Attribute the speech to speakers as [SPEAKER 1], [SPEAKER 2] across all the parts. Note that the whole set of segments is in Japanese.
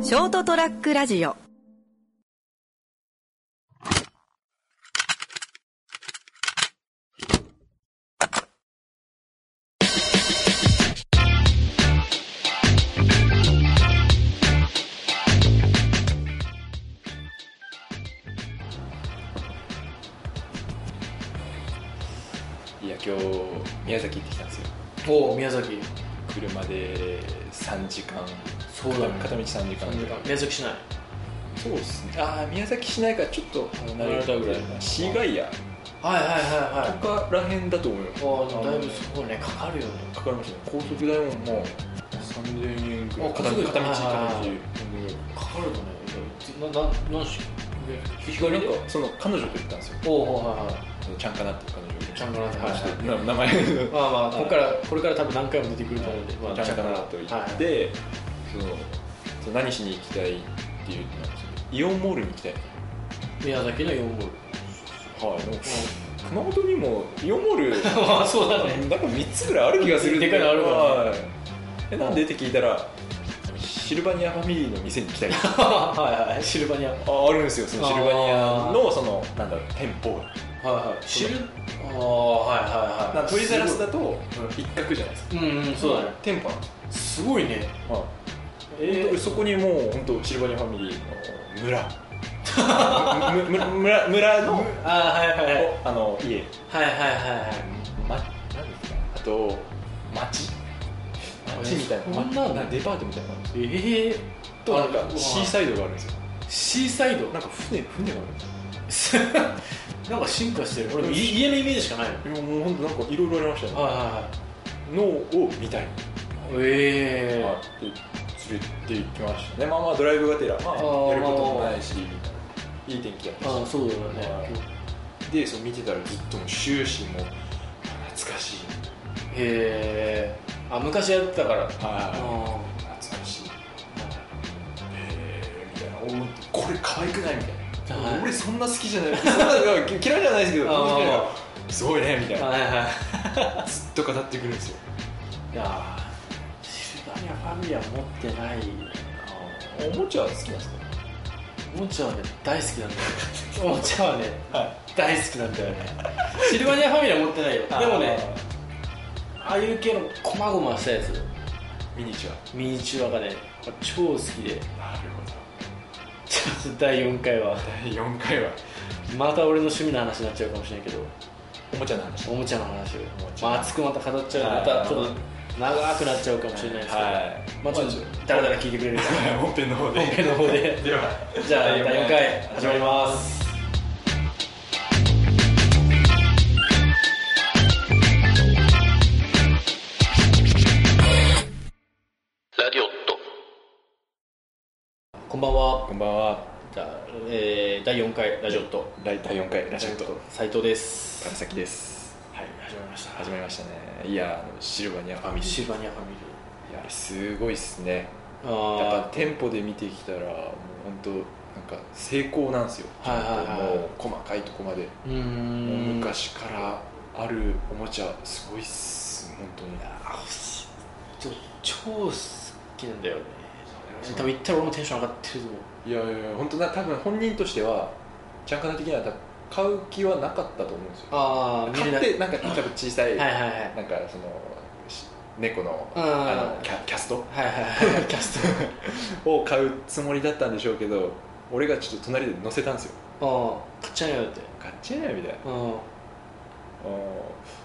[SPEAKER 1] ショートトラックラジオ
[SPEAKER 2] いや今日宮崎行ってきたんですよ
[SPEAKER 3] おお宮崎
[SPEAKER 2] 車で3時間
[SPEAKER 3] そうだね
[SPEAKER 2] 片片道3時間ぐらい
[SPEAKER 3] 宮崎市内
[SPEAKER 2] そうですねああ宮崎市内からちょっと離れたぐらい
[SPEAKER 3] 離れたぐらい
[SPEAKER 2] 市街や
[SPEAKER 3] はいはいはいはい
[SPEAKER 2] とからへんだと思います
[SPEAKER 3] お
[SPEAKER 2] あ
[SPEAKER 3] ー
[SPEAKER 2] の
[SPEAKER 3] だいぶそうねかかるよね
[SPEAKER 2] かかりましたね高速代ももう3000円ぐらい
[SPEAKER 3] あ
[SPEAKER 2] 片道
[SPEAKER 3] 高速
[SPEAKER 2] 片道
[SPEAKER 3] はい
[SPEAKER 2] 片
[SPEAKER 3] はいはいかかるとねなな何し
[SPEAKER 2] 道なんかその彼女と行ったんですよ
[SPEAKER 3] おおはいはい
[SPEAKER 2] ちゃんかなっていう彼女
[SPEAKER 3] ちゃんかなって
[SPEAKER 2] はい
[SPEAKER 3] 話
[SPEAKER 2] ちょっと名前
[SPEAKER 3] まあまあここからこれから多分何回も出てくると思うんでまあ
[SPEAKER 2] ちゃんかなと言
[SPEAKER 3] は
[SPEAKER 2] っ
[SPEAKER 3] い
[SPEAKER 2] て、そのその何しに行きたいって言ったんですけどイオンモールに行きたい
[SPEAKER 3] 宮崎の4号
[SPEAKER 2] はい、でも熊本にもイオンモール
[SPEAKER 3] ま あそうだね
[SPEAKER 2] なんか3つぐらいある気がするんだよ
[SPEAKER 3] でかいのあるからね
[SPEAKER 2] はいえなんでって聞いたらシルバニアファミリーの店に 来たりあ
[SPEAKER 3] はいはいシルバニアはい
[SPEAKER 2] あるんですよそのシルバニアのそのなんだろう店舗
[SPEAKER 3] はいシルああはいはい
[SPEAKER 2] な
[SPEAKER 3] は
[SPEAKER 2] んか
[SPEAKER 3] い
[SPEAKER 2] トイザらスだ
[SPEAKER 3] す
[SPEAKER 2] と一角じゃないですか
[SPEAKER 3] ごいうんうんそうだね
[SPEAKER 2] 店舗なんです
[SPEAKER 3] すごいね
[SPEAKER 2] よ、はい
[SPEAKER 3] え
[SPEAKER 2] 本当
[SPEAKER 3] ー
[SPEAKER 2] そこにもう本当シルバニアファミリーの村 むむ村村の
[SPEAKER 3] あーはいはいはい
[SPEAKER 2] おあの家
[SPEAKER 3] はいはいはいはい
[SPEAKER 2] ま、なんですかあと町町みたいな
[SPEAKER 3] そんなの
[SPEAKER 2] まデパートみたいなのがあるんですよ
[SPEAKER 3] ええ
[SPEAKER 2] となんかシーサイドがあるんですよ
[SPEAKER 3] シーサイド
[SPEAKER 2] なんか船船があるんですよ
[SPEAKER 3] なんか進化してる俺家家のイメージしかないの
[SPEAKER 2] いやもう本当なんかいろいろありましたね
[SPEAKER 3] は
[SPEAKER 2] 脳を見たい
[SPEAKER 3] いはいはいえ
[SPEAKER 2] は
[SPEAKER 3] え
[SPEAKER 2] いで連れて行きましたねまあまあドライブがてら、まあ、
[SPEAKER 3] あー
[SPEAKER 2] やることもないしみたいないい天気だったし
[SPEAKER 3] ああそうだ
[SPEAKER 2] は
[SPEAKER 3] ね
[SPEAKER 2] いでその見てたらずっともう終始もう懐かしい
[SPEAKER 3] へえあ昔やってたから
[SPEAKER 2] あ
[SPEAKER 3] あ
[SPEAKER 2] ー懐かしいえーみたいなおこれ可愛くないみたいな、
[SPEAKER 3] はい
[SPEAKER 2] 俺そんな好きじゃないそんな嫌いじゃないですけど
[SPEAKER 3] あー
[SPEAKER 2] みたいなすごいねみたい
[SPEAKER 3] あ
[SPEAKER 2] な
[SPEAKER 3] はいは
[SPEAKER 2] ずっと語ってくるんですよ
[SPEAKER 3] いいやーシルバニアファミリア持ってない
[SPEAKER 2] おもちゃは好きなんですか
[SPEAKER 3] おもちゃはね大好きなんだよおもちゃはね
[SPEAKER 2] は
[SPEAKER 3] 大好きなんだよねシルバニアファミリア持ってないよでもねああいう系の細々したやつ
[SPEAKER 2] ミニチュ
[SPEAKER 3] ミニチュアがね超好きで
[SPEAKER 2] アなるほど
[SPEAKER 3] ちょっと第4回は
[SPEAKER 2] 第4回は
[SPEAKER 3] また俺の趣味の話になっちゃうかもしれないけど
[SPEAKER 2] おもちゃの話
[SPEAKER 3] おもちゃの話を
[SPEAKER 2] おもちゃ
[SPEAKER 3] まあ、熱くまた語っちゃう
[SPEAKER 2] は
[SPEAKER 3] ま
[SPEAKER 2] い
[SPEAKER 3] たちょっと長くなっちゃうかもしれないですけど、
[SPEAKER 2] はい
[SPEAKER 3] まあちょっとだらだら聞いてくれるか
[SPEAKER 2] はい本編の方で
[SPEAKER 3] 本編の方で
[SPEAKER 2] では
[SPEAKER 3] じゃあ第4回始まりますこんばんは
[SPEAKER 2] こんばんは
[SPEAKER 3] じゃあ、えー第4回ラジオット
[SPEAKER 2] 第第4回ラジオット
[SPEAKER 3] 斉藤です
[SPEAKER 2] 崎です
[SPEAKER 3] はい始まりました
[SPEAKER 2] 始まりましたねいやあのシルバニアファミリ
[SPEAKER 3] シ
[SPEAKER 2] ー
[SPEAKER 3] ルバニアファミリ
[SPEAKER 2] いやあれすごいっすね
[SPEAKER 3] ーあ
[SPEAKER 2] やっぱ
[SPEAKER 3] ー
[SPEAKER 2] 店舗で見てきたらもう本当なんか成功なんですよ、
[SPEAKER 3] はいはいはい
[SPEAKER 2] もう細かいとこまで、
[SPEAKER 3] うー
[SPEAKER 2] もうん昔からあるおもちゃすごいっす本当に
[SPEAKER 3] あ欲しいちょ超好きなんだよね多分行ったら俺もテンション上がってると思う
[SPEAKER 2] いやいやいや本当な多分本人としてはちゃんかな的には多分買う気はなかったと思うんですよ
[SPEAKER 3] あ
[SPEAKER 2] 買
[SPEAKER 3] な
[SPEAKER 2] ってなんか多分小さい、
[SPEAKER 3] はいはいはい
[SPEAKER 2] なんかそのし猫の
[SPEAKER 3] うん
[SPEAKER 2] あのキャキャスト
[SPEAKER 3] はいはいはいキャ ス
[SPEAKER 2] を買うつもりだったんでしょうけど俺がちょっと隣で乗せたんですよ
[SPEAKER 3] トうん買っちゃうよだって
[SPEAKER 2] 買っちゃえないみたいな
[SPEAKER 3] うん
[SPEAKER 2] あー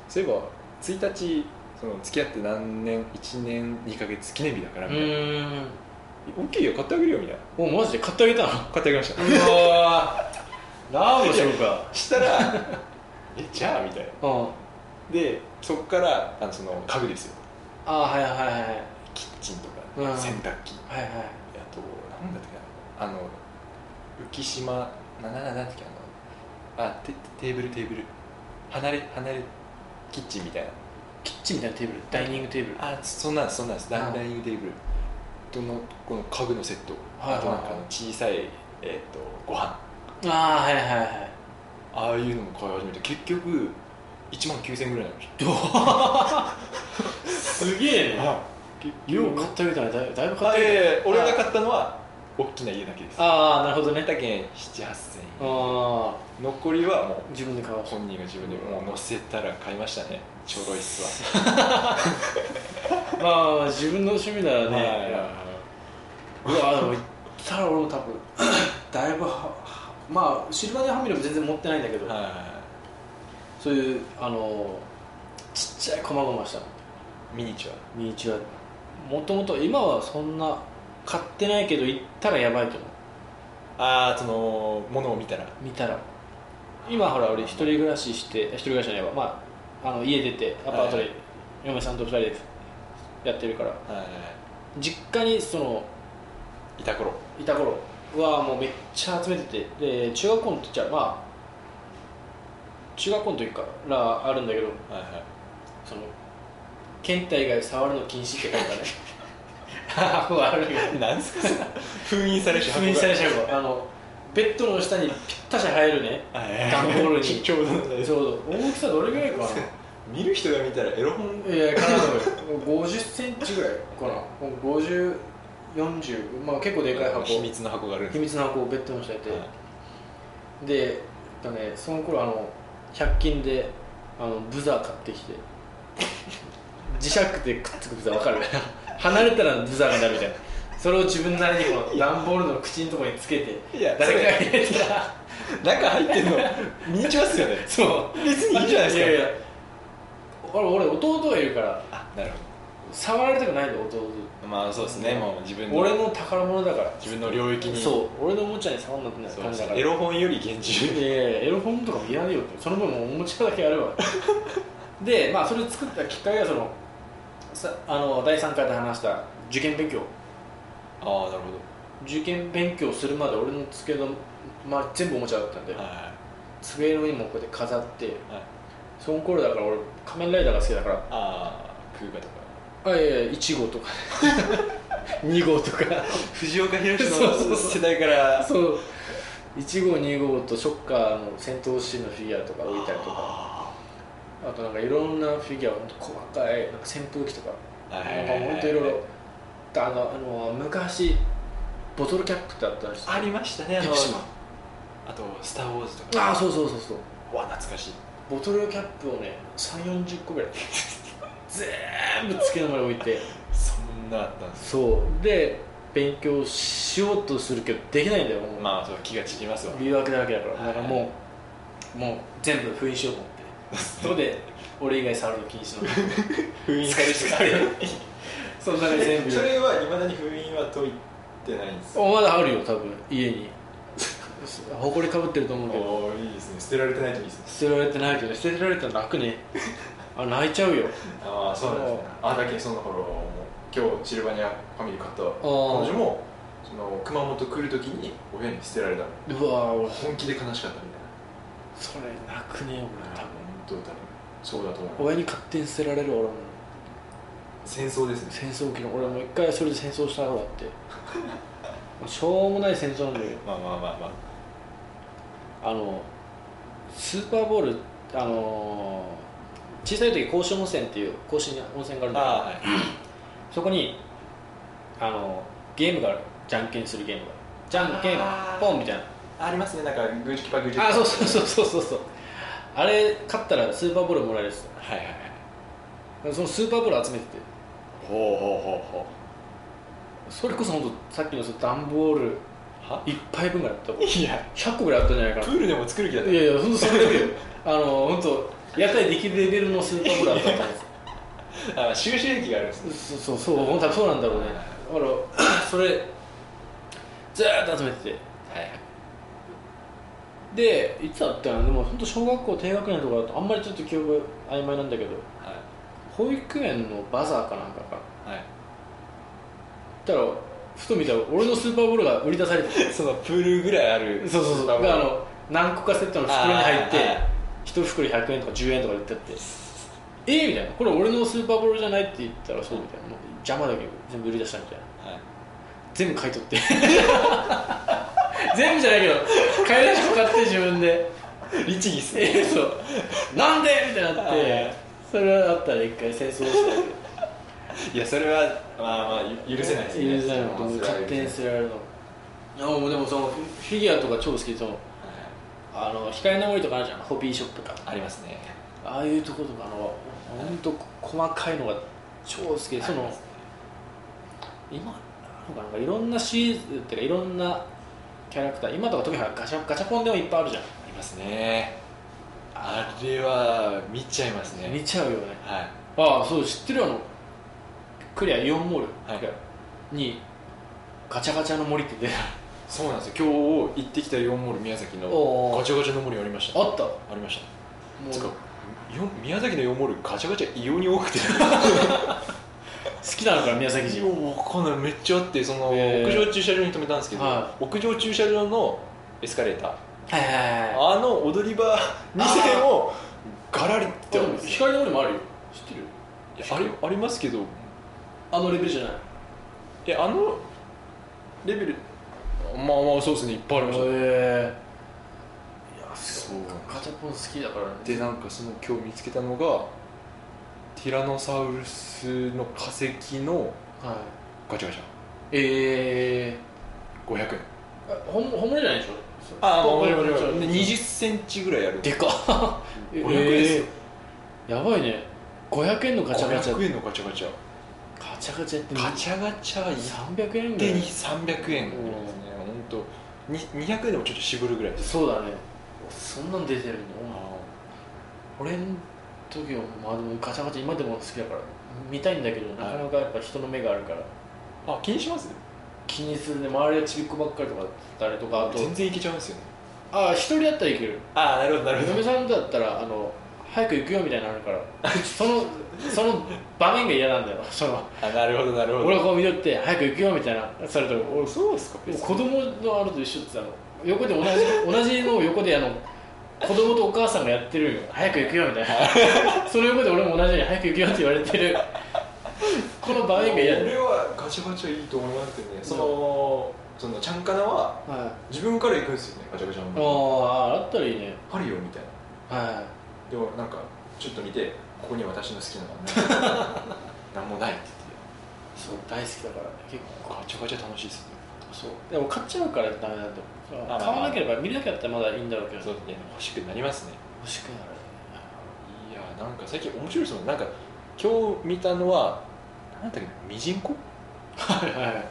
[SPEAKER 2] そういえば1日その付き合って何年1年2ヶ月記念日だから
[SPEAKER 3] う
[SPEAKER 2] みたいな
[SPEAKER 3] ーん
[SPEAKER 2] 「大きいよ買ってあげるよ」みたいな
[SPEAKER 3] おマジで買ってあげたの
[SPEAKER 2] 買ってあげました
[SPEAKER 3] うわーラーメンしようか
[SPEAKER 2] したら 「えじゃあ」みたいな
[SPEAKER 3] うん
[SPEAKER 2] でそっからあのその家具ですよ
[SPEAKER 3] ああはいはいはいはい
[SPEAKER 2] キッチンと
[SPEAKER 3] う
[SPEAKER 2] か
[SPEAKER 3] ん
[SPEAKER 2] 洗濯機
[SPEAKER 3] はいは
[SPEAKER 2] あ
[SPEAKER 3] い
[SPEAKER 2] と何だったっけなあの浮島ななななんだっけあのあテテーブルテーブル離れ離れキッチンみたいな
[SPEAKER 3] キッチンみたいなテーブルダイニングテーブル
[SPEAKER 2] あそそんなんですそんなんですダ
[SPEAKER 3] あ
[SPEAKER 2] イダイニングテーブルとのこの家具のセット、
[SPEAKER 3] はいはいはい
[SPEAKER 2] あとなんかあの小さい、えー、とご飯
[SPEAKER 3] ああはいはいはい
[SPEAKER 2] ああいうのも買い始めて結局1万9000円ぐらいになりまし
[SPEAKER 3] すげえ
[SPEAKER 2] た
[SPEAKER 3] ね
[SPEAKER 2] はい
[SPEAKER 3] 量買ってあげたらだいぶだいぶ買
[SPEAKER 2] あ
[SPEAKER 3] っ
[SPEAKER 2] い
[SPEAKER 3] てあ
[SPEAKER 2] や
[SPEAKER 3] げ
[SPEAKER 2] いやいや俺が買ったのは大きな家だけです
[SPEAKER 3] ああなるほどね
[SPEAKER 2] だけん78000円
[SPEAKER 3] あ
[SPEAKER 2] 残りはも
[SPEAKER 3] あ自分で買おう
[SPEAKER 2] う本人が自分でもう乗せたら買いましたねちょろいっす
[SPEAKER 3] まあ自分の趣味ならね、
[SPEAKER 2] はい
[SPEAKER 3] いやうわでも行ったら俺も多分 だいぶははまあシルバニアファミリーも全然持ってないんだけど、
[SPEAKER 2] わは
[SPEAKER 3] そういうあのちっちゃい細々した
[SPEAKER 2] いミニチュ
[SPEAKER 3] ミニチュアもともと今はそんな買ってないけど行ったらやばいと思う
[SPEAKER 2] アああそのものを見たら
[SPEAKER 3] 見たら今ほら俺一人暮らしして一人暮らしじゃないわ、まあ、あの家出てアパート
[SPEAKER 2] は
[SPEAKER 3] で
[SPEAKER 2] い
[SPEAKER 3] 嫁さんと二人でやってるから
[SPEAKER 2] はい
[SPEAKER 3] 実家にその
[SPEAKER 2] いた頃
[SPEAKER 3] いた頃はもうめっちゃ集めててで中学校の時じゃまあ中学校の時からあるんだけど
[SPEAKER 2] はいはい
[SPEAKER 3] その検体以外触るの禁止って書いてあるね 悪いけど
[SPEAKER 2] なんすかそれ 封印されし
[SPEAKER 3] 封印されちゃうわあのベッドの下にぴったし入るね段ボー ルに
[SPEAKER 2] ちょうどなんだよ
[SPEAKER 3] ちょうど大きさどれぐらいか な
[SPEAKER 2] 見る人が見たらエロ本
[SPEAKER 3] いや、かな五50センチぐらいかな、もう50、40、まあ、結構でかい箱、
[SPEAKER 2] 秘密の箱があるん
[SPEAKER 3] 秘
[SPEAKER 2] です
[SPEAKER 3] 密の箱をベッドにしてて、
[SPEAKER 2] はい
[SPEAKER 3] で、えっとね、その頃あの100均であのブザー買ってきて、磁石でくっつくブザー、わかる 離れたらブザーになるみたいな、それを自分なりにこの段ボールの口のところにつけて、
[SPEAKER 2] いや
[SPEAKER 3] 誰かが入れてた、
[SPEAKER 2] 中入ってんのミニチュアっすよね
[SPEAKER 3] そう、
[SPEAKER 2] 別にいいじゃないですか
[SPEAKER 3] やいや、俺、俺弟がいるから、
[SPEAKER 2] あなるほ
[SPEAKER 3] 触られたくないんだよ、弟。
[SPEAKER 2] どまあそうですねもう自分の
[SPEAKER 3] 俺の宝物だから
[SPEAKER 2] 自分の領域に
[SPEAKER 3] そう俺のおもちゃに触んなくなる
[SPEAKER 2] そう
[SPEAKER 3] 感じだから
[SPEAKER 2] エロ本より厳重
[SPEAKER 3] いやいやエロ本とかもいらねえよってその分もうおもちゃだけやるわでまあそれ作ったきっかけがそのさあの第3回で話した受験勉強
[SPEAKER 2] ああなるほ
[SPEAKER 3] 受験勉強するまで俺の机の、まあ、全部おもちゃだったんで、
[SPEAKER 2] どは
[SPEAKER 3] 机の上にもこうやって飾って
[SPEAKER 2] いはい
[SPEAKER 3] その頃だから俺仮面ライダーが好きだから
[SPEAKER 2] ああ空ガとか
[SPEAKER 3] あいやいや1号とか 2号とか
[SPEAKER 2] 藤岡弘
[SPEAKER 3] そうそう
[SPEAKER 2] の
[SPEAKER 3] そう
[SPEAKER 2] 世代から
[SPEAKER 3] そう1号2号とショッカーの戦闘シーンのフィギュアとか置いたりとか
[SPEAKER 2] あ
[SPEAKER 3] あとなんかいろんなフィギュアほんと細かいなんか扇風機とか
[SPEAKER 2] あは
[SPEAKER 3] なんかほんといろいろあのあの昔ボトルキャップってあったんですよ
[SPEAKER 2] ありましたねあ
[SPEAKER 3] ピ
[SPEAKER 2] の
[SPEAKER 3] クシマ
[SPEAKER 2] あと「スター・ウォーズ」とか
[SPEAKER 3] ああそうそうそうそう
[SPEAKER 2] うわ懐かしい
[SPEAKER 3] ボトルキャップをね3 4 0個ぐらい全部机の前に置いて
[SPEAKER 2] そんなあったんです
[SPEAKER 3] そうで勉強しようとするけどできないんだよもう、
[SPEAKER 2] まあそう気が散りますわ
[SPEAKER 3] 理由わけだらけだからだから
[SPEAKER 2] は
[SPEAKER 3] もうもう全部封印しようと思ってそこで俺以外触るの禁 止の
[SPEAKER 2] 封印されて
[SPEAKER 3] 使いその中で全部
[SPEAKER 2] それはいまだに封印は解いてないんですよ
[SPEAKER 3] おまだあるよ多分家にほこりかぶってると思うけど
[SPEAKER 2] おーいいですね捨てられてないといいですね
[SPEAKER 3] 捨てられてないけど捨てられたら泣く ねあ泣いちゃうよ
[SPEAKER 2] ああそうなんですねあだけその頃も今日シルバニアファミリー買った彼女もその熊本来る時に親に捨てられたの
[SPEAKER 3] うわ俺
[SPEAKER 2] 本気で悲しかったみたい
[SPEAKER 3] それ泣く
[SPEAKER 2] な
[SPEAKER 3] ね俺多分
[SPEAKER 2] 本当だねそうだと思う
[SPEAKER 3] 親に勝手に捨てられる俺も
[SPEAKER 2] 戦争ですね
[SPEAKER 3] 戦争機の俺も一回それで戦争したのだって しょうもない戦争なんだけど
[SPEAKER 2] まあまあまあまあ
[SPEAKER 3] あのスーパーボールあの小さい時甲子温泉っていう甲子に温泉があるんだけど
[SPEAKER 2] ああはい
[SPEAKER 3] そこにあのゲームがあるじゃんけんするゲームがじゃんけん
[SPEAKER 2] あー
[SPEAKER 3] ポンみたいな
[SPEAKER 2] ありますねなんかグーチキパーグーチキパ
[SPEAKER 3] あ
[SPEAKER 2] ー
[SPEAKER 3] そうそうそうそうそうそうあれ勝ったらスーパーボールもらえるっす
[SPEAKER 2] はいはいはい
[SPEAKER 3] そのスーパーボール集めてて
[SPEAKER 2] ほうほうほうほ
[SPEAKER 3] それこそ本当さっきのその段ボール
[SPEAKER 2] うは
[SPEAKER 3] 1杯分ぐらいあったもん
[SPEAKER 2] いや
[SPEAKER 3] 100個ぐらいあったんじゃない
[SPEAKER 2] プ
[SPEAKER 3] か
[SPEAKER 2] ールでも作る気だっ
[SPEAKER 3] な
[SPEAKER 2] た
[SPEAKER 3] いやいや本当それだけよあの本当屋台できるレベルのスーパーボールあったと思
[SPEAKER 2] あ収集癖があるんです
[SPEAKER 3] う
[SPEAKER 2] ね
[SPEAKER 3] そうそうそう本当そうなんだろうねだからそれずーっと集めてて
[SPEAKER 2] はいはい
[SPEAKER 3] でいつだったかなでも本当小学校低学年とかだとあんまりちょっと記憶が曖昧なんだけど保育園のバザーかなんかか
[SPEAKER 2] はい、は
[SPEAKER 3] 行ったらふと見たら俺のスーパーボールが売り出されてて
[SPEAKER 2] い、そのプールぐらいある
[SPEAKER 3] そうそうそう
[SPEAKER 2] スーパーボ
[SPEAKER 3] が
[SPEAKER 2] ー
[SPEAKER 3] あ
[SPEAKER 2] ル
[SPEAKER 3] の何個かセットの袋に入って
[SPEAKER 2] あーはい
[SPEAKER 3] 1袋100円とか10円とかで売ってってえー、みたいなこれ俺のスーパーボールじゃないって言ったらそうみたいなもう邪魔だけど全部売り出したみたいな
[SPEAKER 2] はい
[SPEAKER 3] 全部買い取って全部じゃないけど買い出しも買って自分で
[SPEAKER 2] 律儀っすね
[SPEAKER 3] えそうなんでみたいになっ
[SPEAKER 2] は
[SPEAKER 3] て
[SPEAKER 2] い
[SPEAKER 3] それはあったら一回戦争して
[SPEAKER 2] いやそれはまあまあゆ許せないですね
[SPEAKER 3] 許せないもん
[SPEAKER 2] それは
[SPEAKER 3] 勝
[SPEAKER 2] 許せ
[SPEAKER 3] 手
[SPEAKER 2] ない
[SPEAKER 3] に捨てられるのあもうでもそのフィギュアとか超好きでそのあの光の森とかあるじゃんホビーショップか
[SPEAKER 2] ありますね
[SPEAKER 3] ああいうとことかの本当細かいのが超好きでそ
[SPEAKER 2] あり
[SPEAKER 3] の
[SPEAKER 2] ますね
[SPEAKER 3] 今なんかなんかいろんなシリーズっていうかいろんなキャラクター今とか特にガチャガチャポンでもいっぱいあるじゃん
[SPEAKER 2] ありますねあれは見ちゃいますね
[SPEAKER 3] 見ちゃうよね
[SPEAKER 2] はい
[SPEAKER 3] ああそう知ってるあのクリアイオンモール、
[SPEAKER 2] はい
[SPEAKER 3] クリアにガチャガチャの森って出て
[SPEAKER 2] そうなんですよ今日行ってきたイオンモール宮崎の
[SPEAKER 3] おー
[SPEAKER 2] ガチャガチャの森ありました
[SPEAKER 3] あったも
[SPEAKER 2] ありました
[SPEAKER 3] う
[SPEAKER 2] つうかイオン宮崎のイオンモールガチャガチャ異様に多 くて
[SPEAKER 3] 好きなのかな宮崎人
[SPEAKER 2] わかんないめっちゃあってその、
[SPEAKER 3] へー
[SPEAKER 2] 屋上駐車場に止めたんですけど、
[SPEAKER 3] は
[SPEAKER 2] 屋上駐車場のエスカレーター
[SPEAKER 3] はいはいはい
[SPEAKER 2] あの踊り場2線をガラリってあるんですよ
[SPEAKER 3] 光の森もあるよ知ってる
[SPEAKER 2] いやあれありますけど
[SPEAKER 3] あのレベルじゃない
[SPEAKER 2] えあのレベルまあまあそうですねいっぱいありました
[SPEAKER 3] えいや
[SPEAKER 2] そ
[SPEAKER 3] そううガチャポン好きだからね
[SPEAKER 2] でなんかその今日見つけたのがティラノサウルスの化石の
[SPEAKER 3] はい
[SPEAKER 2] ガチャガチャ
[SPEAKER 3] え
[SPEAKER 2] 500円
[SPEAKER 3] ー、あほん本物じゃないでしょ
[SPEAKER 2] ああ
[SPEAKER 3] 本
[SPEAKER 2] もち
[SPEAKER 3] 物
[SPEAKER 2] ろんもちろん
[SPEAKER 3] 本
[SPEAKER 2] で
[SPEAKER 3] 物
[SPEAKER 2] 20センチぐらいある
[SPEAKER 3] でかっ
[SPEAKER 2] 500円ですよ、
[SPEAKER 3] えーやばいね500円のガチャガチャ
[SPEAKER 2] 500円のガチャガチャ
[SPEAKER 3] ガチャガチャって
[SPEAKER 2] ガチャガチャ
[SPEAKER 3] 300円ぐら
[SPEAKER 2] 手に
[SPEAKER 3] い
[SPEAKER 2] 300円ぐらいですね本当に200円でもちょっと渋るぐらいです
[SPEAKER 3] そうだねそんなん出てるの
[SPEAKER 2] あ
[SPEAKER 3] 俺の時はまあでもガチャガチャ今でも好きだから見たいんだけどなかなかやっぱ人の目があるから
[SPEAKER 2] あ気にします
[SPEAKER 3] 気にするね周りはちびっこばっかりとか誰とかあと
[SPEAKER 2] 全然いけちゃうんですよね
[SPEAKER 3] ああ一人だったらいける
[SPEAKER 2] ああなるほどな
[SPEAKER 3] 嫁さんだったらあの早く行くよみたいなのあるからそのその場面が嫌なんだよその
[SPEAKER 2] あなるほどなるほ
[SPEAKER 3] 俺
[SPEAKER 2] ど
[SPEAKER 3] がこう見とって早く行くよみたいなそれと俺
[SPEAKER 2] そうですか
[SPEAKER 3] でも子供のあると一緒ってあの横で同じ 同じのを横であの子供とお母さんがやってるよ早く行くよみたいな その横で俺も同じように早く行くよって言われてる この場面が嫌だよ
[SPEAKER 2] 俺はガチャガチャいいと思いますけどねそのそのちゃんかなは
[SPEAKER 3] はい
[SPEAKER 2] 自分から行くんですよねガチャガチャ
[SPEAKER 3] あ
[SPEAKER 2] の
[SPEAKER 3] ああったらいいね
[SPEAKER 2] あるよみたいな
[SPEAKER 3] は
[SPEAKER 2] でもなんかちょっと見てここに私の好きなの がないなんもないって
[SPEAKER 3] いそう大好きだから
[SPEAKER 2] 言
[SPEAKER 3] 結
[SPEAKER 2] ってガチャガチャ楽しいですね
[SPEAKER 3] 構そうでも買っちゃうからダメだと思う
[SPEAKER 2] あまあ
[SPEAKER 3] 買わなければ見るだけだったらまだいいんだろうけど
[SPEAKER 2] そういや欲しくなりますね
[SPEAKER 3] 欲しくなる
[SPEAKER 2] い
[SPEAKER 3] ね
[SPEAKER 2] やなんか最近面白いですもんなんか今日見たのはなんだっけミジンコ
[SPEAKER 3] はいはい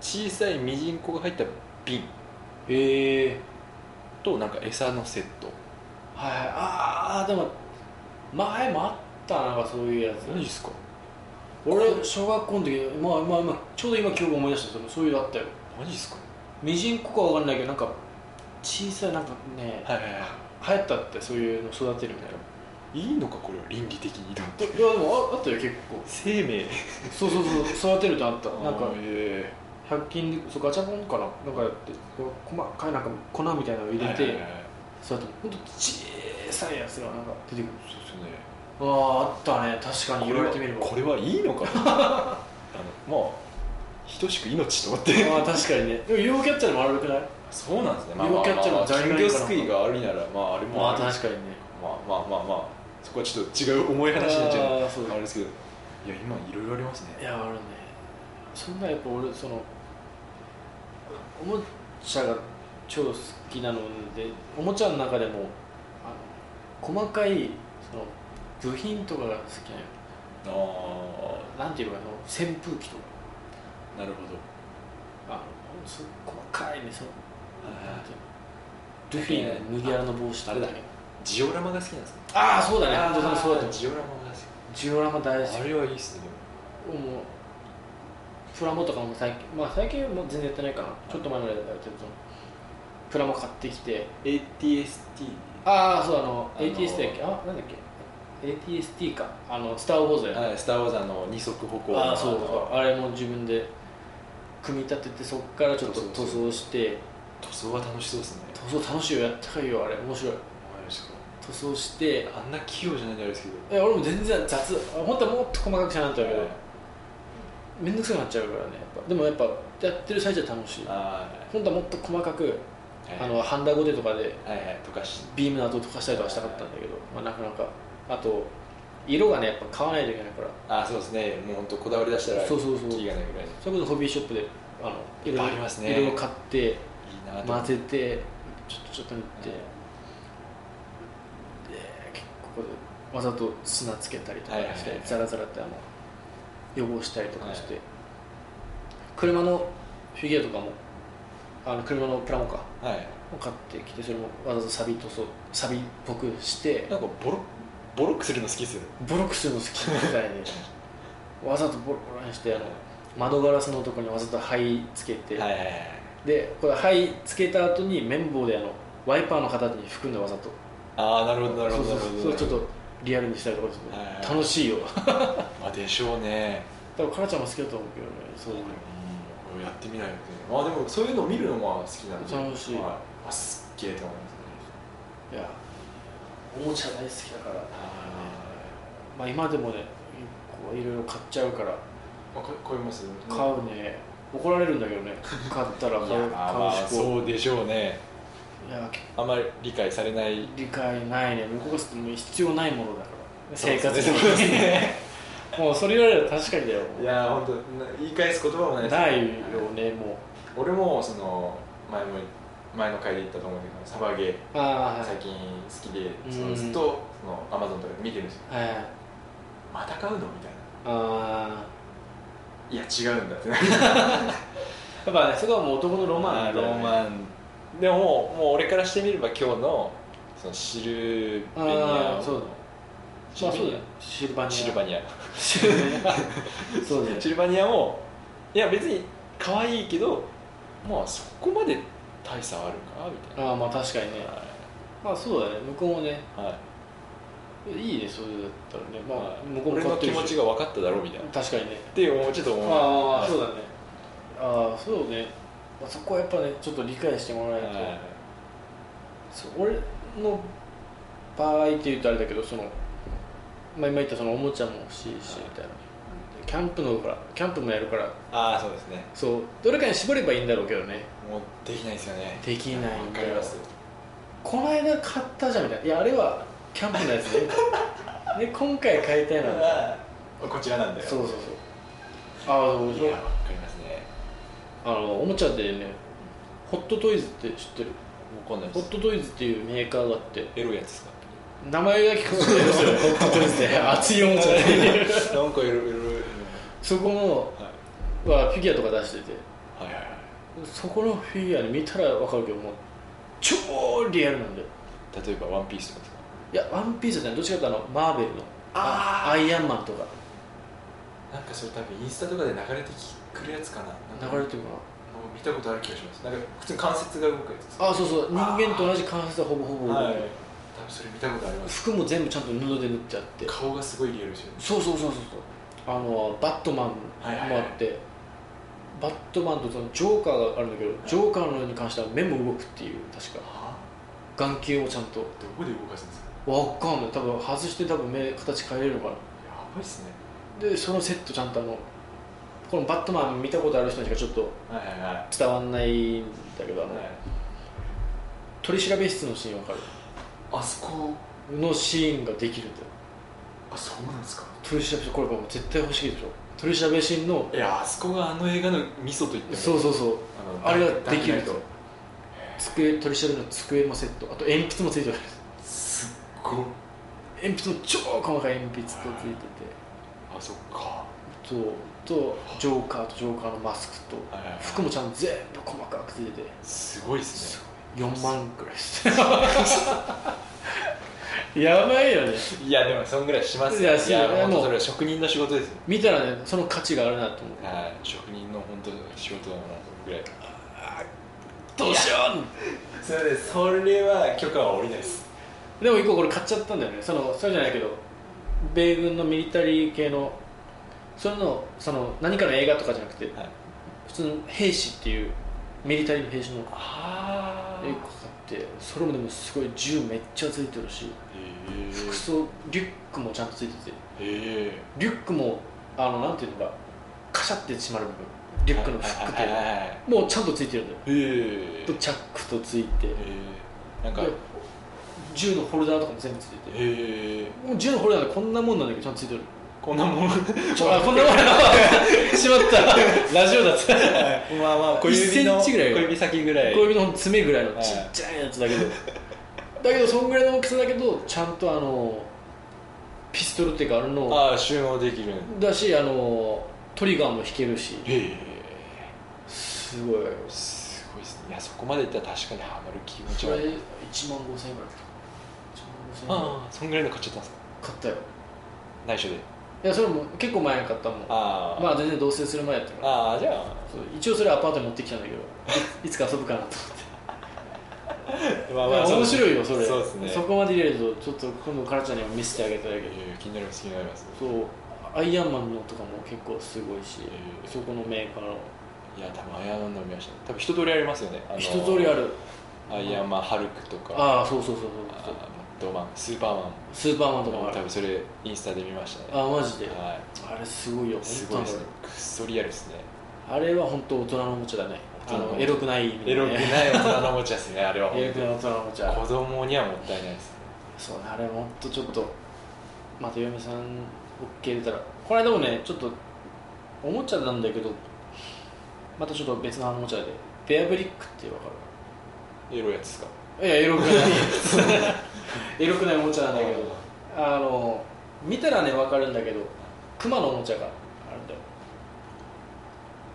[SPEAKER 2] 小さいミジンコが入った瓶
[SPEAKER 3] ええ
[SPEAKER 2] となんか餌のセット
[SPEAKER 3] はいはいああでも前もあったななんかそういうやつ
[SPEAKER 2] 何ですか
[SPEAKER 3] 俺小学校の時まあまあまあちょうど今記憶思い出したそれそういうのあったよ
[SPEAKER 2] マジですか
[SPEAKER 3] ミジンコかわかんないけどなんか小さいなんかね
[SPEAKER 2] はいはいは
[SPEAKER 3] 流行ったってそういうの育てるみたいない
[SPEAKER 2] いいのかこれは倫理的にと思って
[SPEAKER 3] いやでもああったよ結構
[SPEAKER 2] 生命
[SPEAKER 3] そうそうそう育てるとあ ったなんか
[SPEAKER 2] え
[SPEAKER 3] 100均でそうガチャポンかななんかやってこう細かいなんか粉みたいなのを
[SPEAKER 2] え
[SPEAKER 3] 入れて、
[SPEAKER 2] はいはいはい
[SPEAKER 3] そうやってほんと小さいやつがなんか出てくる
[SPEAKER 2] そうですよね
[SPEAKER 3] あああったね確かに言われてみれば
[SPEAKER 2] これはいいのかなあのまあ等しく命と思って
[SPEAKER 3] ああ確かにねでも UFO キャッチャーでも悪くない
[SPEAKER 2] そうなんですね
[SPEAKER 3] まあまあまあ
[SPEAKER 2] キャッチャーの
[SPEAKER 3] 残
[SPEAKER 2] 金魚
[SPEAKER 3] 業かな
[SPEAKER 2] すくいがあるならまああれもある
[SPEAKER 3] かにね
[SPEAKER 2] まあまあまあまあそこはちょっと違う重い話になっちゃう
[SPEAKER 3] ああそう
[SPEAKER 2] あ
[SPEAKER 3] だ
[SPEAKER 2] れですけどいや今いろいろあります
[SPEAKER 3] い
[SPEAKER 2] ね
[SPEAKER 3] や俺ねそんなやっぱ俺そのおもちゃが超好きなのでおもちゃの中でもあの細かいその部品とかが好きな
[SPEAKER 2] ああ
[SPEAKER 3] のなんていうのかなその扇風機とか
[SPEAKER 2] なるほ
[SPEAKER 3] あのそ細かいねそのなんて
[SPEAKER 2] ど
[SPEAKER 3] いうのルフィの麦わらの帽子とか
[SPEAKER 2] あれだジオラマが好きなんですね
[SPEAKER 3] ああそうだね本当にそうだと思う
[SPEAKER 2] ジオラマが
[SPEAKER 3] ジオラマ大
[SPEAKER 2] 好
[SPEAKER 3] 好き
[SPEAKER 2] きあれはいいっすね
[SPEAKER 3] もうプラモとかも最近まあ最近はもう全然やってないかなちょっと前までやってるとプラモ買ってきて
[SPEAKER 2] ATST
[SPEAKER 3] ああそうあの
[SPEAKER 2] あのー
[SPEAKER 3] ATST だっけあなんだっけ ATST かあのスター・ウォーズだよね
[SPEAKER 2] はいスター・ウォーズあの二足歩行の
[SPEAKER 3] ああそうそうあれも自分で組み立ててそこからちょっと塗装して
[SPEAKER 2] 塗装は楽しそうですね
[SPEAKER 3] 塗装楽しいよやったかいよあれ面白い
[SPEAKER 2] わかりました
[SPEAKER 3] 塗装して
[SPEAKER 2] あんな器用じゃないんであれですけど
[SPEAKER 3] え俺も全然雑あ本当はもっと細かくしなかったけど面倒くさくなっちゃうからねやっぱでもやっぱやってる最中は楽しい
[SPEAKER 2] あ
[SPEAKER 3] 本当はもっと細かく
[SPEAKER 2] ー
[SPEAKER 3] あのハンダゴテとかで
[SPEAKER 2] はいはい溶かし
[SPEAKER 3] ビームの跡を溶かしたりとかしたかったんだけど、まあ、なかなかあと色がねやっぱ買わないといけないから
[SPEAKER 2] あそうですねもう本当こだわり出したら
[SPEAKER 3] そうそうそう
[SPEAKER 2] キリがないぐらいの
[SPEAKER 3] それこそホビーショップであの
[SPEAKER 2] いっぱいありますね
[SPEAKER 3] 色々買って
[SPEAKER 2] いいなと思
[SPEAKER 3] 混
[SPEAKER 2] って
[SPEAKER 3] ぜてちょっとちょっと塗って、
[SPEAKER 2] うん
[SPEAKER 3] で結構ここでわざと砂つけたりとかして、
[SPEAKER 2] はいはいはい
[SPEAKER 3] ザラザラってあの予防したりとかして、車のフィギュアとかもあの車のプラモか
[SPEAKER 2] はい
[SPEAKER 3] を買ってきてそれもわざとサビとそうサビっぽくして
[SPEAKER 2] なんかボロボロックするの好きっすよね
[SPEAKER 3] ボロクするの好きみたいにわざとボロボロにしてあの窓ガラスのとこにわざと灰つけて、
[SPEAKER 2] はいはいはい
[SPEAKER 3] でこれ灰つけた後に綿棒であのワイパーの形に含んだわざと
[SPEAKER 2] ああなるほどなるほど
[SPEAKER 3] そう
[SPEAKER 2] なる
[SPEAKER 3] そう
[SPEAKER 2] ほど
[SPEAKER 3] そうそれちょっとリアルにしたりとかする
[SPEAKER 2] はいはい
[SPEAKER 3] 楽しいよ
[SPEAKER 2] まあでしょうね
[SPEAKER 3] 多分カラちゃんも好きだと思うけどねそういうの
[SPEAKER 2] うんこれやってみないとねまあでもそういうのを見るのは好きなんで
[SPEAKER 3] 楽しい
[SPEAKER 2] はいあすっげえと思いますね
[SPEAKER 3] いやおもちゃ大好きだから、
[SPEAKER 2] は
[SPEAKER 3] まあ、今でもねこういろいろ買っちゃうから
[SPEAKER 2] いまあここう言います
[SPEAKER 3] 買うね、怒られるんだけどね買ったら買
[SPEAKER 2] い
[SPEAKER 3] う
[SPEAKER 2] や
[SPEAKER 3] 買う
[SPEAKER 2] まあまあ
[SPEAKER 3] しこ
[SPEAKER 2] そうでしょうね
[SPEAKER 3] いや
[SPEAKER 2] あんまり理解されない
[SPEAKER 3] 理解ないね向こうがもう必要ないものだから生活
[SPEAKER 2] で
[SPEAKER 3] に
[SPEAKER 2] すね
[SPEAKER 3] もうそれ言われたら確かにだよ
[SPEAKER 2] いや本当言い返す言葉もないです
[SPEAKER 3] ないよねも
[SPEAKER 2] 俺もその前も前の回で言ったと思うんだけどサバゲー
[SPEAKER 3] うああ
[SPEAKER 2] 最近好きで
[SPEAKER 3] うん
[SPEAKER 2] そのずっとそのアマゾンとかで見てるんですよ
[SPEAKER 3] はいはい
[SPEAKER 2] また買うのみたいな
[SPEAKER 3] あ
[SPEAKER 2] いや違うんだって
[SPEAKER 3] あやっぱねそこはもう男のロマンなんだよね
[SPEAKER 2] ロマンでももうもう俺からしてみれば今日のそのシルベニ
[SPEAKER 3] あ
[SPEAKER 2] ア
[SPEAKER 3] あそうだ
[SPEAKER 2] シ
[SPEAKER 3] ま
[SPEAKER 2] ル
[SPEAKER 3] あ
[SPEAKER 2] ベ
[SPEAKER 3] そう
[SPEAKER 2] ニ
[SPEAKER 3] だよシルバ
[SPEAKER 2] ア
[SPEAKER 3] ニア
[SPEAKER 2] シルバニア
[SPEAKER 3] シルバニア そうだよ
[SPEAKER 2] シルバニアもいや別に可愛いけどまあそこまで大差あるかみたい
[SPEAKER 3] ああまあ確かにね
[SPEAKER 2] な
[SPEAKER 3] まあそうだね向こうもね
[SPEAKER 2] はい、
[SPEAKER 3] いいねそれだったらねま
[SPEAKER 2] は
[SPEAKER 3] あ
[SPEAKER 2] い
[SPEAKER 3] 向こうも
[SPEAKER 2] 俺
[SPEAKER 3] 買
[SPEAKER 2] の
[SPEAKER 3] って
[SPEAKER 2] 気
[SPEAKER 3] るし
[SPEAKER 2] 持ちが分かっただろうみたいなっ
[SPEAKER 3] 確かにね
[SPEAKER 2] ていう思うちょっと思う
[SPEAKER 3] ああそう
[SPEAKER 2] だ
[SPEAKER 3] だねああそうねあそこはやっぱねちょっと理解してもらわないと、そう俺の場合っていうとあれだけどその、まあ、今言ったそのおもちゃも欲しいし
[SPEAKER 2] はい
[SPEAKER 3] みたいな、キャンプのほらキャンプもやるから
[SPEAKER 2] ああそうですね
[SPEAKER 3] そうどれかに絞ればいいんだろうけどね
[SPEAKER 2] もうできないですよね
[SPEAKER 3] できないん
[SPEAKER 2] わ
[SPEAKER 3] だ
[SPEAKER 2] か
[SPEAKER 3] よ
[SPEAKER 2] ります
[SPEAKER 3] この間買ったじゃんみたいないやあれはキャンプのや つねで今回買いたいのは
[SPEAKER 2] こちらなんだよ
[SPEAKER 3] そうそうそうああそう
[SPEAKER 2] い
[SPEAKER 3] そ
[SPEAKER 2] や
[SPEAKER 3] う
[SPEAKER 2] わかりますね
[SPEAKER 3] あのおもちゃでねホットトイズって知ってる
[SPEAKER 2] わかんないで
[SPEAKER 3] ホ
[SPEAKER 2] す
[SPEAKER 3] ットトイズっていうメーカーがあって
[SPEAKER 2] エロいやつですか
[SPEAKER 3] 名前だけ聞くことありますよね ホットトイズって熱いお もちゃで
[SPEAKER 2] なんかエロエロ
[SPEAKER 3] そこの
[SPEAKER 2] はい
[SPEAKER 3] はフィギュアとか出してて
[SPEAKER 2] はいはいはい
[SPEAKER 3] そこのフィギュアで見たら分かるけどもう超リアルなんだよ
[SPEAKER 2] 例えばワンピースとかですか
[SPEAKER 3] いやワンピースじゃないどっちかっていうとあのマーベルの
[SPEAKER 2] あー
[SPEAKER 3] アイアンマンとか
[SPEAKER 2] なんかそれ多分インスタとかで流れてくるやつかななんか
[SPEAKER 3] 流れてるか
[SPEAKER 2] 見たことある気がしますなんか普通に関節が動くやつです
[SPEAKER 3] なあそうそう人間と同じ関節はほぼほぼ、
[SPEAKER 2] はい多分それ見たことあります
[SPEAKER 3] 服も全部ちゃんと布で塗ってあって
[SPEAKER 2] 顔がすごいリアルですよね
[SPEAKER 3] そうそうそうそうそうあのバットマンもあ
[SPEAKER 2] は
[SPEAKER 3] っ
[SPEAKER 2] い
[SPEAKER 3] て、
[SPEAKER 2] はいはい
[SPEAKER 3] バットマンとそのジョーカーがあるんだけど、ジョーカーのに関しては目も動くっていう確か
[SPEAKER 2] は
[SPEAKER 3] 眼球をちゃんと
[SPEAKER 2] どこで動かすんですか
[SPEAKER 3] わかんない多分外して多分目形変えれるのかな
[SPEAKER 2] やばいっすね
[SPEAKER 3] でそのセットちゃんとあのこのバットマン見たことある人にしかちょっと
[SPEAKER 2] はいはいはい
[SPEAKER 3] 伝わんないんだけどあの、取り調べ室のシーンわか
[SPEAKER 2] あそこ
[SPEAKER 3] るのシーンができるんだよ
[SPEAKER 2] あそうなんですか
[SPEAKER 3] 取り調べ室これもう絶対欲しいでしょ取り調べシーンの
[SPEAKER 2] いやあそこがあの映画の味噌と言っても
[SPEAKER 3] そうそうそう
[SPEAKER 2] あの
[SPEAKER 3] あれがで
[SPEAKER 2] ダ
[SPEAKER 3] きる
[SPEAKER 2] ークナイト
[SPEAKER 3] と机取り調べの机もセットあと鉛筆もついてる
[SPEAKER 2] すっごい
[SPEAKER 3] 鉛筆も超細かい鉛筆とついて
[SPEAKER 2] あそっか
[SPEAKER 3] てととジョーカーとジョーカーのマスク
[SPEAKER 2] は
[SPEAKER 3] と
[SPEAKER 2] いはいはい
[SPEAKER 3] 服もちゃんと全部細かくついてて
[SPEAKER 2] すごいっすね
[SPEAKER 3] 4万くらいして やばいよね
[SPEAKER 2] いやでもそんぐらいします
[SPEAKER 3] いやし
[SPEAKER 2] いや
[SPEAKER 3] いや
[SPEAKER 2] 本
[SPEAKER 3] もう
[SPEAKER 2] 当それは職人の仕事ですよ
[SPEAKER 3] 見たらねその価値があるなと思う
[SPEAKER 2] はい職人の本当仕事だなぐらい
[SPEAKER 3] どうしよ
[SPEAKER 2] それでそれは許可は下りないです
[SPEAKER 3] うでも一個これ買っちゃったんだよねそのそれじゃないけど米軍のミリタリー系のそれのその何かの映画とかじゃなくて
[SPEAKER 2] はい
[SPEAKER 3] 普通の兵士っていうミリタリーの兵士の
[SPEAKER 2] あ
[SPEAKER 3] よく買ってそれもでもすごい銃めっちゃついてるし
[SPEAKER 2] え
[SPEAKER 3] 服装リュックもちゃんとついてて
[SPEAKER 2] え
[SPEAKER 3] リュックもあのなんていうのかカシャって閉まる部分リュックのフック
[SPEAKER 2] はいはい
[SPEAKER 3] で
[SPEAKER 2] はいはい
[SPEAKER 3] もうちゃんとついてるんだよ
[SPEAKER 2] ええ
[SPEAKER 3] チャックとついて
[SPEAKER 2] ええなんか
[SPEAKER 3] で銃のホルダーとかも全部ついてて
[SPEAKER 2] へえ
[SPEAKER 3] もう銃のホルダーでこんなもんなんだけどちゃんとついてる
[SPEAKER 2] こんなもん
[SPEAKER 3] ちょあこんなもんやなしまったラジオだった
[SPEAKER 2] まあまあ 小指の
[SPEAKER 3] 1センチぐらいよ
[SPEAKER 2] 小指先ぐらい
[SPEAKER 3] 小指のほんと爪ぐらいの
[SPEAKER 2] はい
[SPEAKER 3] ちっちゃいやつだけどだけどそんぐらいの大きさだけどちゃんとあのピストルっていうかあの
[SPEAKER 2] ああ収納できるん
[SPEAKER 3] だしあのトリガーも引けるし
[SPEAKER 2] へえ
[SPEAKER 3] すごい
[SPEAKER 2] すごいですねいやそこまでいったら確かにハマる気持ち
[SPEAKER 3] そ
[SPEAKER 2] は
[SPEAKER 3] れ1万5000円ぐらいだった1万5000円ぐらい
[SPEAKER 2] ああそんぐらいの買っちゃったんですか
[SPEAKER 3] 買ったよ
[SPEAKER 2] 内緒で
[SPEAKER 3] いやそれも結構前に買ったもん
[SPEAKER 2] ああ、
[SPEAKER 3] まあ全然同棲する前やったから
[SPEAKER 2] ああじゃ
[SPEAKER 3] そう一応それアパートに持ってきたんだけどいいつか遊ぶかなと
[SPEAKER 2] あまあ
[SPEAKER 3] 思って面白いよそれ
[SPEAKER 2] そうですね
[SPEAKER 3] そこまで入れるとちょっと今度カラちゃんにも見せてあげたいけど
[SPEAKER 2] ええ気になります気になります
[SPEAKER 3] そうアイアンマンのとかも結構すごいし、
[SPEAKER 2] えー
[SPEAKER 3] そこのメーカーの
[SPEAKER 2] いや多分アイアンマンの見ました多分一通りありますよねあの
[SPEAKER 3] 一通りある
[SPEAKER 2] アイアンマンハルクとか
[SPEAKER 3] ああそうそうそう
[SPEAKER 2] あ
[SPEAKER 3] そう
[SPEAKER 2] ーバットマンスーパーマン
[SPEAKER 3] スーパーマンとかもあ
[SPEAKER 2] 多
[SPEAKER 3] る
[SPEAKER 2] 分それインスタで見ましたね
[SPEAKER 3] ああマジで
[SPEAKER 2] は
[SPEAKER 3] あれすごいよ
[SPEAKER 2] いすごいですね
[SPEAKER 3] 本
[SPEAKER 2] くっそリアルですね
[SPEAKER 3] 当あれあれは本当大人のおもちゃだねあ
[SPEAKER 2] 大人のおも
[SPEAKER 3] の
[SPEAKER 2] ちゃ
[SPEAKER 3] エロくない意味
[SPEAKER 2] エ
[SPEAKER 3] で
[SPEAKER 2] ロく
[SPEAKER 3] ね
[SPEAKER 2] ない大人のおもちゃですねあれは
[SPEAKER 3] エロくない
[SPEAKER 2] 本
[SPEAKER 3] 大人のおもち
[SPEAKER 2] 当に子
[SPEAKER 3] ゃ
[SPEAKER 2] 供にはもったいないです
[SPEAKER 3] そうねあれもっとちょっとまた嫁さん OK 入れたらこれでもねちょっとおもちゃなんだけどまたちょっと別のおもちゃでベアブリックってわかる
[SPEAKER 2] エロいやつですか
[SPEAKER 3] いやエロくない エロくないおもちゃなんだけどあの見たらね分かるんだけどクマのおもちゃがあるんだよ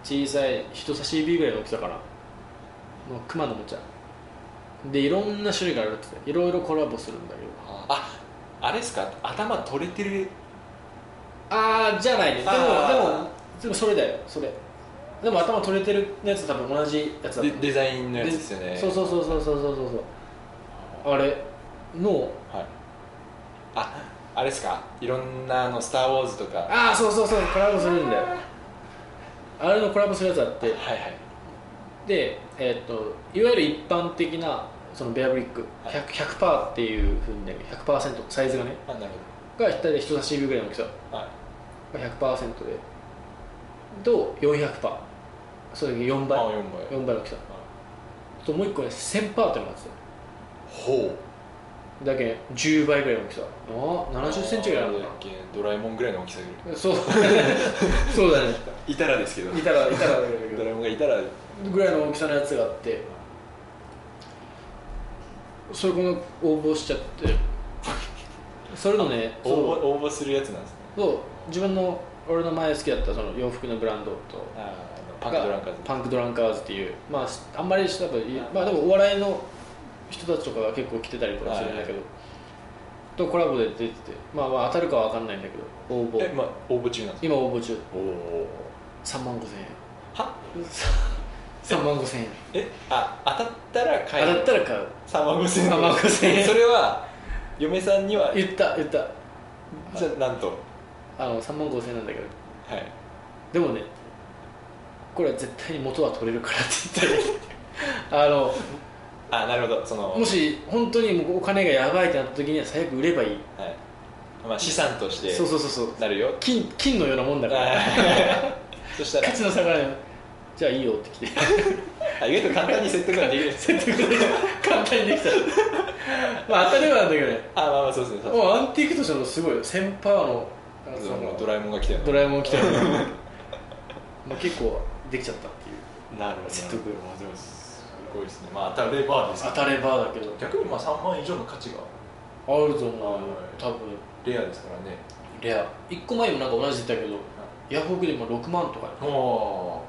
[SPEAKER 3] 小さい人差し指ぐらいの大きさかなのクマのおもちゃでいろんな種類があるって言ってたいろいろコラボするんだけど
[SPEAKER 2] あああれですか頭取れてる
[SPEAKER 3] ああじゃないねでもで
[SPEAKER 2] あー
[SPEAKER 3] もでもそれだよそれでも頭取れてるやつ多分同じやつだと
[SPEAKER 2] デ
[SPEAKER 3] 思う
[SPEAKER 2] デザインのやつですよね
[SPEAKER 3] でそうそうそうそうそうそうそうそうあれの
[SPEAKER 2] はいああれですかいろんなあの「スター・ウォーズ」とか
[SPEAKER 3] ああそうそうそうコラボするんだよあれのコラボするやつあって
[SPEAKER 2] はいはい
[SPEAKER 3] で、えっといわゆる一般的なそのベアブリック 100%, 100%っていうふうにね100%サイズがね
[SPEAKER 2] あなる
[SPEAKER 3] が大体人差し指ぐらいの大きさ
[SPEAKER 2] ほどはい
[SPEAKER 3] が100%でと400%それで4倍
[SPEAKER 2] あ4倍
[SPEAKER 3] 4倍の大きさともう一個ね1000%ってのがあって
[SPEAKER 2] ほう
[SPEAKER 3] ただけど10倍ぐらいの大きさああ7 0ンチぐらいあるのか
[SPEAKER 2] けドラえもんぐらいの大きさぐら
[SPEAKER 3] なそう そうだね
[SPEAKER 2] いいたらですけど
[SPEAKER 3] いたらいたらだけ ど
[SPEAKER 2] ドラえもんがいたら
[SPEAKER 3] ぐらいの大きさのやつがあってそれこの応募しちゃってそれのね
[SPEAKER 2] 応募
[SPEAKER 3] そう
[SPEAKER 2] 応募するやつなんですね
[SPEAKER 3] そう自分の俺の前好きだったその洋服のブランドと
[SPEAKER 2] あーあのパンクドランカーズ
[SPEAKER 3] がパンクドランカーズっていうまあしあんまりしたとまあでもお笑いの人たちとかが結構来てたりとかするんだけど、とコラボで出ててまあまあ当たるかは分かんないんだけど応
[SPEAKER 2] え
[SPEAKER 3] 募
[SPEAKER 2] まあ応募中なんですか
[SPEAKER 3] 今応募中
[SPEAKER 2] おお
[SPEAKER 3] 3万5000
[SPEAKER 2] は
[SPEAKER 3] 円3万5000円
[SPEAKER 2] えあ当たったら
[SPEAKER 3] 当
[SPEAKER 2] 買え
[SPEAKER 3] た
[SPEAKER 2] る
[SPEAKER 3] ったら買う
[SPEAKER 2] 3万5000円
[SPEAKER 3] 3万5000 円
[SPEAKER 2] それは嫁さんには
[SPEAKER 3] 言った言った
[SPEAKER 2] じゃあなんと
[SPEAKER 3] あの3万5000円なんだけど
[SPEAKER 2] はい
[SPEAKER 3] でもねこれは絶対に元は取れるからって言 ったらあの
[SPEAKER 2] あなるほどその
[SPEAKER 3] もし本当にもうお金がやばいってなった時には最悪売ればいい
[SPEAKER 2] はいまあ、資産として
[SPEAKER 3] そうそうそうそう
[SPEAKER 2] なる よ
[SPEAKER 3] 金金のようなもんだから
[SPEAKER 2] はいそしたら
[SPEAKER 3] 価値の差がないよじゃあいいよって来て
[SPEAKER 2] あ意外と簡単に説得ができる
[SPEAKER 3] 説得できた簡単にできたまあ当たり前なんだけどね
[SPEAKER 2] あまあまあそうですね
[SPEAKER 3] もうアンティークとしてもすごいよ1000パーのあの
[SPEAKER 2] そうそうもうドラえもんが来たよね
[SPEAKER 3] ドラえもん来たよねまあ結構できちゃったっていう
[SPEAKER 2] なるほど
[SPEAKER 3] 説得
[SPEAKER 2] まあでもすごいですねまあ当たればです
[SPEAKER 3] 当たればだけど
[SPEAKER 2] 逆にまあ3万以上の価値が
[SPEAKER 3] あると思うよ多分
[SPEAKER 2] レアですからね
[SPEAKER 3] レア1個前もなんか同じだけどヤフオクで今6万とかよ
[SPEAKER 2] も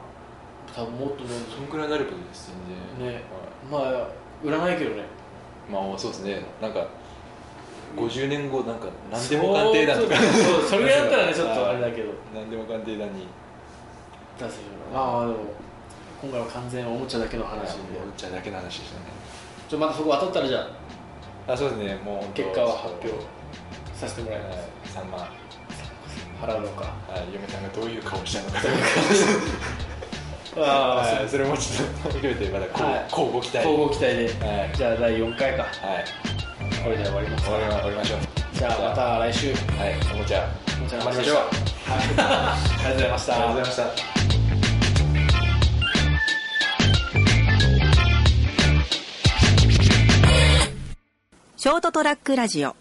[SPEAKER 3] 多分もっともっ
[SPEAKER 2] うそんくらいになることです
[SPEAKER 3] と
[SPEAKER 2] 全然
[SPEAKER 3] ね
[SPEAKER 2] は
[SPEAKER 3] まあ売らないけどね
[SPEAKER 2] いまあそうですねなんか50年後なんか何でも鑑定団とか
[SPEAKER 3] そうそうそれぐらいだっ たらねちょっとあれだけど
[SPEAKER 2] 何でも鑑定団に
[SPEAKER 3] 出せるああでも今回は完全おもちゃだけの話で
[SPEAKER 2] お茶だけの話でしたね
[SPEAKER 3] ちょまたそこ当たったらじゃあ
[SPEAKER 2] あそうですねもう本当
[SPEAKER 3] 結果は発表させてもらいます
[SPEAKER 2] 3万は
[SPEAKER 3] 払うのか
[SPEAKER 2] い嫁さんがどういう顔したの か
[SPEAKER 3] あ
[SPEAKER 2] はいそれもちょっと含めてまだこう
[SPEAKER 3] はい
[SPEAKER 2] 交互期
[SPEAKER 3] あ
[SPEAKER 2] 待
[SPEAKER 3] 交互期待で
[SPEAKER 2] はい
[SPEAKER 3] じゃあ第4回か
[SPEAKER 2] はい
[SPEAKER 3] これで終わります
[SPEAKER 2] 終わりま終わりましょう
[SPEAKER 3] じゃあまた来週
[SPEAKER 2] たはいおもちゃ
[SPEAKER 3] おもちゃの
[SPEAKER 2] 頑張りま
[SPEAKER 3] 話で
[SPEAKER 2] し
[SPEAKER 3] し
[SPEAKER 2] ょう
[SPEAKER 3] たはいありがとうございまし
[SPEAKER 2] ありがとう
[SPEAKER 3] た
[SPEAKER 2] ございました
[SPEAKER 1] 「ショートトラックラジオ